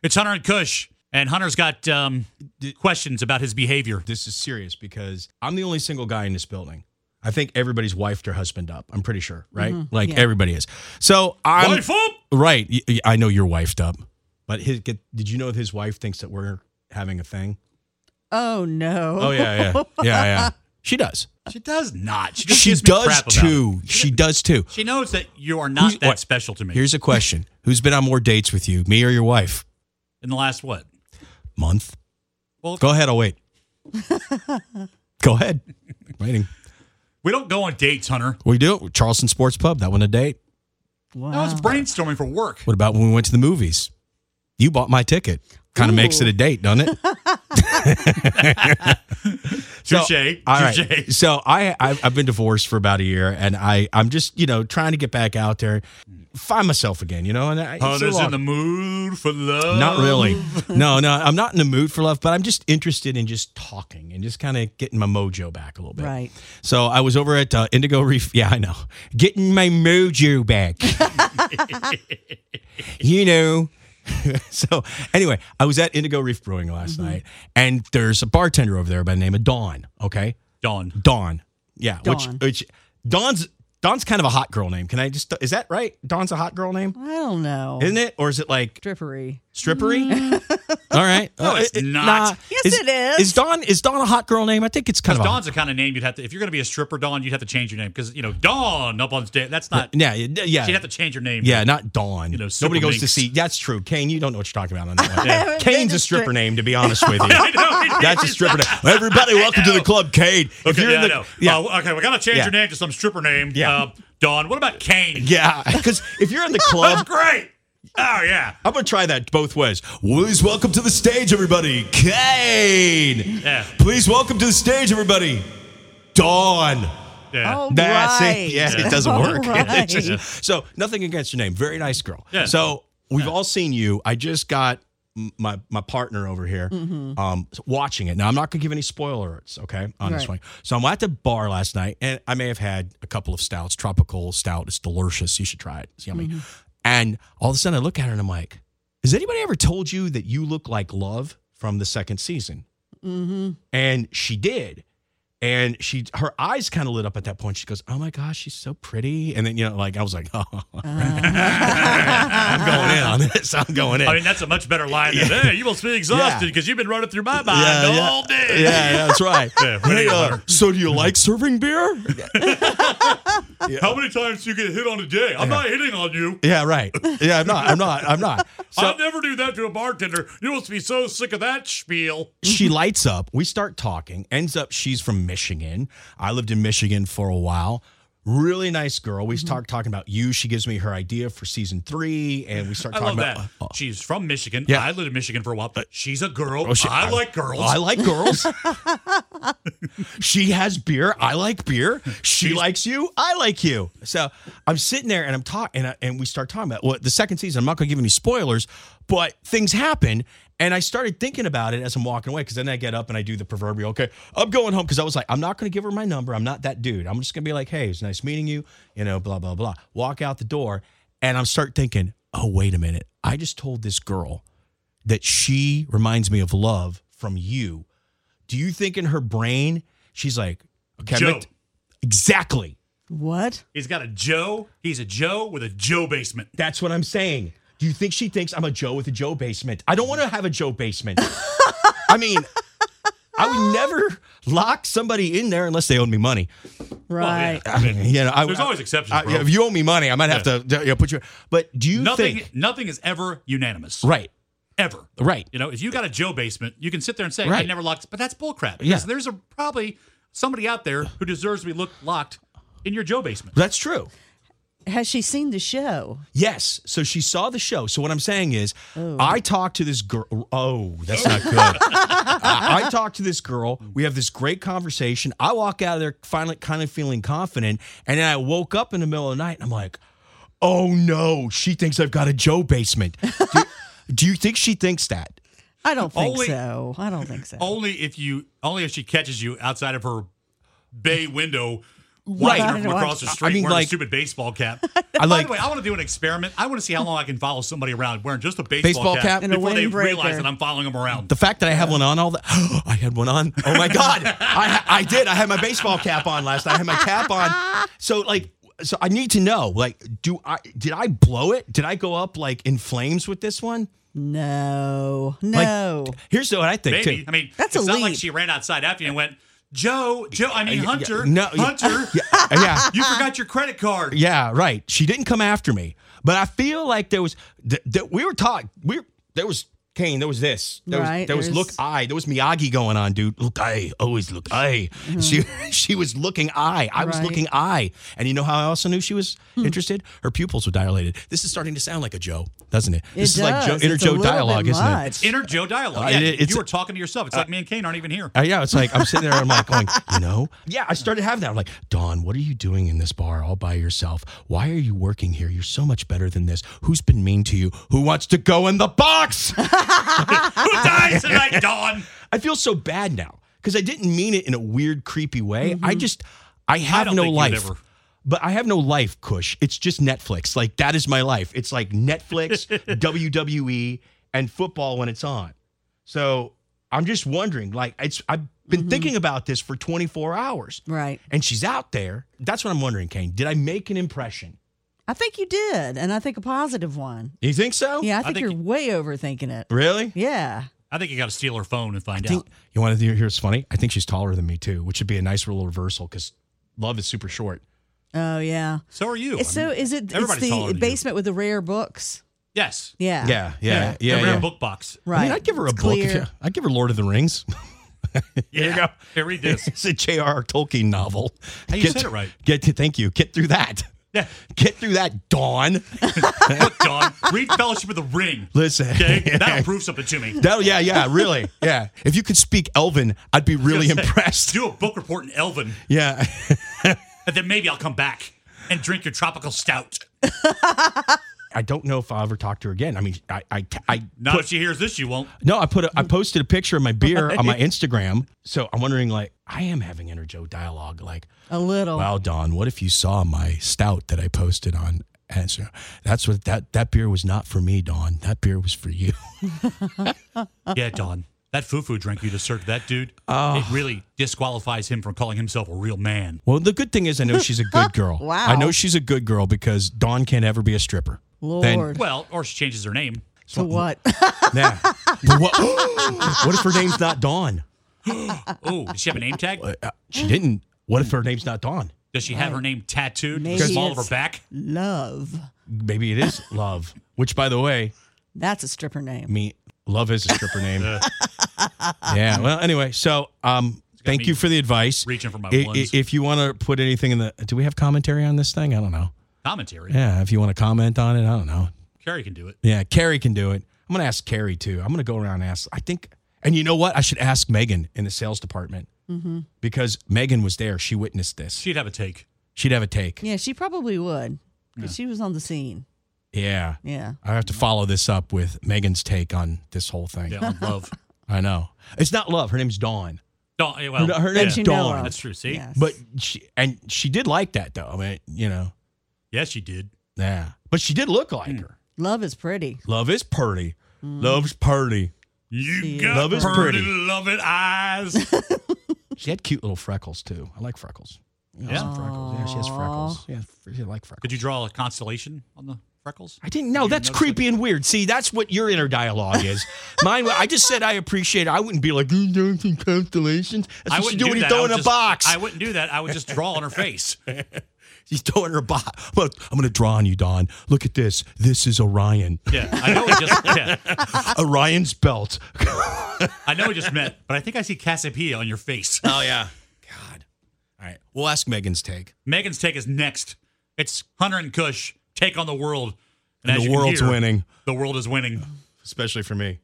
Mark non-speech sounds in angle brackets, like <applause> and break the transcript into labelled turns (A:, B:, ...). A: It's Hunter and Kush, and Hunter's got um,
B: D-
A: questions about his behavior.
B: This is serious because I'm the only single guy in this building. I think everybody's wifed her husband up. I'm pretty sure, right?
A: Mm-hmm.
B: Like everybody is. So I'm
A: Wife up!
B: right. y- y- I know you're wifed up, but his, get, did you know his wife thinks that we're having
A: <laughs>
B: a thing?
C: Oh no.
B: Oh yeah, yeah, yeah, yeah. She does.
A: She does not. She, just
B: She
A: gives me
B: does
A: crap about it.
B: too. She does too.
A: She knows that you are not
B: Who's-
A: that
B: what?
A: special to me.
B: Here's a question: Who's been on more dates with you, me or your wife?
A: in the last what?
B: Month.
A: Well-
B: go ahead.
A: <laughs>
B: I'll wait. go ahead. Waiting.
A: We don't go on dates, Hunter.
B: We do it. Charleston Sports Pub. That one a date.
C: <laughs> Wow.
B: Ah.
A: That was brainstorming for work.
B: What about when we went to the movies? You bought my ticket. Kind of makes
C: Ooh.
B: it a date, doesn't
A: <laughs>
B: it?
A: Touche.
B: All right.
A: Touche.
B: So I I've, I've been divorced for about a year, and I I'm just you know trying to get back out there, find myself again. You know, and I, it's so
A: Hunter's in
B: long.
A: the mood for love. <laughs>
B: Not really. No, no, I'm not in the mood for love, but I'm just interested in just talking and just kind of getting my mojo back a little bit.
C: Right.
B: So I was over at uh, Indigo Reef. <laughs> Yeah, I know. Getting my
A: <laughs>
B: mojo back. you know. <laughs> so anyway, I was at Indigo Reef Brewing last
A: Mm-hmm.
B: night, and there's a bartender over there by the name of Dawn. Okay,
A: Dawn.
B: Dawn. Yeah,
C: Dawn.
B: which which Dawn's Dawn's kind of a hot girl name. Can I just is that right? Dawn's a hot girl name,
C: I don't know.
B: isn't it? Or is it like
C: Strippery.
B: strippery? <laughs> All right.
A: Mm. No,
B: Uh,
A: it's
B: it-
A: not.
C: Yes, it is.
B: Is Dawn is Dawn a hot girl name? I think it's kind
A: Because
B: of a-
A: Dawn's the kind of name you'd have to, if you're going to be a stripper, Dawn, you'd have to change your name. Because, you know, Dawn up on stage, that's not,
B: yeah, yeah, yeah.
A: she'd have to change her name.
B: Yeah, not Dawn.
A: know, super
B: Nobody goes to
A: minx.
B: see. That's true. Kane, you don't know what you're talking about on
C: <laughs>
B: that one.
C: haven't been
B: Kane's
C: to
B: a stripper
C: stri-
B: name, to be honest with
C: <laughs>
B: you.
A: <laughs> I
B: <laughs>
A: know, it
B: That's a
A: is.
B: stripper name. Everybody, welcome to the club, Kane. If
A: Okay,
B: you're
A: yeah,
B: in the-
A: I know.
B: yeah,
A: Uh, okay, we got to change
B: Yeah.
A: your name to some stripper name.
B: Yeah.
A: Uh, Dawn. What about Kane?
B: yeah. Because if you're in the
A: That's
B: club,
A: great. Oh, yeah.
B: I'm gonna try that both ways. Please welcome to the stage, everybody, Kane.
A: Yeah.
B: Please welcome to the stage, everybody, Dawn.
A: Yeah.
B: Oh,
C: All
B: That's
C: right.
B: it. Yeah, it doesn't
C: All
B: work. <laughs>
C: right.
B: so nothing against your name. Very nice girl.
A: Yeah.
B: So we've all seen you. I just got m- my my partner over here
C: Mm-hmm.
B: um watching it. Now I'm not gonna give any spoilers, okay, on this one.
C: Right.
B: So I'm at the bar last night and I may have had a couple of stouts, tropical stout. It's delicious. You should try it. It's yummy.
C: Mm-hmm.
B: And all of a sudden I look at her and I'm like, has anybody ever told you that you look like love from the second season?
C: Mm-hmm.
B: And she did. And she her eyes kind of lit up at that point. She goes, Oh my gosh, she's so pretty. And then, you know, like I was like, <laughs> Oh I'm going in on this. I'm going
A: <laughs>
B: in.
A: I mean, that's a much better line than, hey, you must be exhausted because you've been running through my mind all day.
B: <laughs> Yeah, yeah, that's right.
A: <laughs> Yeah, what do you
B: uh,
A: want?
B: so do you like serving beer?
A: How many times do you get hit on a day? I'm not hitting on you.
B: yeah, right. Yeah, I'm not. I'm not.
A: <laughs>
B: I'm not. So
A: I'll never do that to a bartender. You must be so sick of that spiel.
B: she lights up. We start talking. Ends up she's from Michigan. I lived in Michigan for a while. Really nice girl.
A: Mm-hmm.
B: We start talking about you. She gives me her idea for season three, and we start
A: I
B: talking
A: love
B: about. uh,
A: that. She's from Michigan.
B: Yeah. Uh,
A: I lived in Michigan for a while. She's a girl.
B: Oh, she-
A: I, like girls.
B: I like girls. <laughs> she has beer. I like beer. She likes you. I like you. So I'm sitting there and I'm talking, and, I- and we start talking about well, the second season. I'm not going to give any spoilers, but things happen. And I started thinking about it as I'm walking away because then I get up and I do the proverbial, okay, I'm going home because I was like, I'm not going to give her my number. I'm not that dude. I'm just going to be like, hey, it's nice meeting you, you know, blah, blah, blah. Walk out the door and I'm start thinking, oh, wait a minute. I just told this girl that she reminds me of love from you. Do you think in her brain she's like, okay, I'm
A: Joe.
B: gonna- exactly.
C: What?
A: He's got a Joe. He's a Joe with a Joe basement.
B: That's what I'm saying. Do you think she thinks I'm a Joe with a Joe basement? I don't want to have a Joe basement. I mean, I would never lock somebody in there unless they owed me money.
C: Right.
A: Well, yeah.
B: I mean, <laughs> you know, I,
A: There's
B: I-
A: always exceptions,
B: I-
A: bro.
B: if you owe me money, I might have to you know, put you. But do you
A: Nothing,
B: think?
A: nothing is ever unanimous.
B: Right,
A: Ever.
B: right.
A: You know, if you got a Joe basement, you can sit there and say, I
B: Right.
A: never locked, but that's bullcrap.
B: Yeah.
A: Because there's a, probably somebody out there who deserves to be looked locked in your Joe basement.
B: That's true.
C: Has she seen the show?
B: Yes. So she saw the show. So what I'm saying is, I talked to this girl. Oh, that's not good. I, I talked to this girl. We have this great conversation. I walk out of there finally, kind of feeling confident. And then I woke up in the middle of the night and I'm like, oh no, she thinks I've got a Joe basement. Do, do you think she thinks that?
C: I don't think
A: Only-
C: so. I don't think so.
A: Only if you, only if she catches you outside of her bay window watching
B: Right.
A: her from across the street
B: I mean,
A: wearing
B: like-
A: a stupid baseball cap.
B: <laughs> I
A: By
B: like-
A: the way, I want to do an experiment. I want to see how long I can follow somebody around wearing just a baseball,
B: Baseball cap?
C: And a
A: before they
C: windbreaker.
A: realize that I'm following them around.
B: The fact that I have one on all that, <gasps> I had one on. Oh my god, I ha- I did. I had my baseball cap on last night. I had my cap on. So like, so I need to know. Like, do I did I blow it? Did I go up like in flames with this one?
C: No,
B: Like,
C: no.
B: here's what I think
A: Maybe.
B: too.
A: I mean,
C: That's a
A: it's not like
C: leap.
A: she ran outside after you and went, Joe, Joe, I mean,
B: Uh, yeah,
A: Hunter,
B: no, <laughs> yeah,
A: Hunter,
B: Uh, yeah,
C: Uh-huh.
A: you forgot your credit card.
B: yeah, right. She didn't come after me, but I feel like there was th- th- we were taught we were, there was. Kane, there was this. There was
C: Right,
B: there was
C: there's-
B: look eye. There was Miyagi going on, dude. Look eye, always look eye. She <laughs> she was looking eye. I was
C: Mm-hmm. Right. Hmm.
B: looking eye. And you know how I also knew she was interested? Her pupils were dilated. This is starting to sound like a Joe, doesn't it?
C: It
B: this is like
C: does.
B: Joe,
C: It's
B: inner
C: a
B: Joe
C: little bit
B: dialogue, isn't it?
C: much.
A: It's inner Joe dialogue.
B: Uh,
A: yeah,
B: it- it's-
A: you were talking to yourself. It's like me and Kane aren't even here. <laughs>
B: Uh, yeah, it's like I'm sitting there. I'm like <laughs> going, you know, yeah. I started having that. I'm like, Dawn, what are you doing in this bar all by yourself? Why are you working here? You're so much better than this. Who's been mean to you? Who wants to go in the box?
A: Who dies
B: <laughs>
A: tonight, Dawn?
B: I feel so bad now because I didn't mean it in a weird, creepy way. I just, I
A: Mm-hmm.
B: have
A: don't
B: no
A: think you'd
B: life.
A: ever-
B: But I have no life, Kush. It's just Netflix. Like that is my life. It's like
A: <laughs>
B: Netflix, WWE, and football when it's on. So I'm just wondering. Like it's, I've been
A: Mm-hmm.
B: thinking about this for 24 hours,
C: Right.
B: and she's out there. That's what I'm wondering, Kane. Did I make an impression?
C: I think you did, and I think a positive one.
B: You Oh, think so?
C: Yeah, I think,
A: think
C: you're way overthinking it.
B: Really?
C: Yeah.
A: I think you got to steal her phone and find out.
B: think- you want to hear what's funny? I think she's taller than me too, which would be a nice little reversal because love is super short.
C: Oh yeah.
A: So are you.
C: It's
A: I
C: so
A: mean,
C: is it? It's
A: everybody's taller
C: the
A: than you.
C: basement with the rare books.
A: Yes.
C: Yeah.
B: Yeah, yeah, yeah.
A: They're
B: yeah.
A: in a book box.
C: Right.
B: I mean, I'd give her a
C: It's
B: book. If
C: clear.
B: you, I'd give her Lord of the <laughs> Rings.
A: Yeah. Here you go. Here, read this.
B: it's a J.R.R. Tolkien novel.
A: Hey, you
B: get
A: said
B: to-
A: it right.
B: Get to, thank you. Get through that.
A: Yeah.
B: Get through that, Dawn.
A: Look, Dawn, read Fellowship of the Ring.
B: <laughs> Listen.
A: Okay? That'll prove something to me.
B: That'll, yeah, yeah, really. Yeah. If you could speak Elven, I'd be really impressed.
A: Do a book report in Elven,
B: Yeah.
A: and then maybe I'll come back and drink your tropical stout.
B: <laughs> I don't know if I'll ever talk to her again. I mean, I, I, I
A: Not if she hears this, you won't.
B: No, I put a, I posted a picture of my beer on my Instagram. So I'm wondering, like, I am having inner Joe dialogue. Like,
C: A little.
B: wow, Don, what if you saw my stout that I posted on? Answer. That's what that that beer was not for me, Don. That beer was for you. <laughs>
C: Uh.
A: Yeah, Dawn. That foo-foo drink you just served that dude,
B: Oh.
A: it really disqualifies him from calling himself a real man.
B: Well, the good thing is, I know she's a
C: <laughs>
B: good girl.
C: Wow.
B: I know she's a good girl because Dawn can't ever be a stripper. Then-
C: Lord.
A: Well, or she changes her
C: <laughs>
A: name.
C: to what?
B: <laughs> yeah. But what, <gasps> what if her name's not Dawn?
A: Oh, does she have a name tag?
B: Uh, she didn't. What if her name's not Dawn?
A: Does she have her name tattooed
C: Maybe
A: Maybe small of her
C: it's-
A: back?
C: Love.
B: Maybe it is Love. Which, by the way,
C: That's a stripper name.
B: me love is a stripper name yeah well anyway so um thank
A: me
B: you for the advice
A: reaching for my
B: I- I-
A: ones.
B: if you want to put anything in the do we have commentary on this thing i don't know
A: Commentary.
B: yeah if you want to comment on it i don't know
A: Carrie can do it.
B: yeah carrie can do it i'm gonna ask carrie too i'm gonna go around and ask i think and you know what i should ask megan in the sales department
C: Mm-hmm.
B: because megan was there she witnessed this
A: She'd have a take.
B: she'd have a take
C: Yeah, she probably would. 'cause She was on the scene.
B: yeah
C: Yeah.
B: i have to follow this up with megan's take on this whole thing
A: Yeah, on
B: <laughs>
A: love.
B: i know it's not love her name's dawn
A: No, eh, well,
B: her, her
A: yeah.
B: name's
C: you know
B: dawn
C: of.
A: That's true. See?
C: Yes.
B: But she and she did like that though. I mean, you know,
A: Yes, she did.
B: yeah. But she did look
A: Hmm.
B: like her.
C: love is pretty.
B: Love is pretty. Love's pretty.
A: You
C: is
A: got
B: Love is
A: pretty,
B: pretty.
A: loving
B: <laughs>
A: eyes.
B: She had cute little freckles too. I like freckles. You know,
A: Yeah.
B: some freckles. Yeah, she has freckles. Yeah, she like freckles.
A: Could you draw a constellation on the freckles?
B: I didn't know.
A: you
B: That's
A: notice, like-
B: creepy and weird. See, that's what your inner
A: <laughs>
B: dialogue is. Mine. I just said I appreciate. it. I wouldn't be like "You doing some constellations. That's what you do, when you
A: that. I
B: throw
A: would
B: in a
A: just-
B: box.
A: I wouldn't do that. I would just draw on
B: <laughs>
A: her face.
B: She's throwing her box. But I'm gonna draw on you, Don. Look at this. This is
A: <laughs>
B: Orion.
A: Yeah, I know. It just, yeah,
B: Orion's belt.
A: I know. It just meant, but I think I see Cassiopeia on your face.
B: Oh yeah. God. All right. We'll ask Megan's take.
A: Megan's take is next. It's Hunter and Kush take on the world,
B: And
A: as
B: the
A: you can
B: world's
A: hear,
B: winning.
A: The world is winning.
B: Especially for me.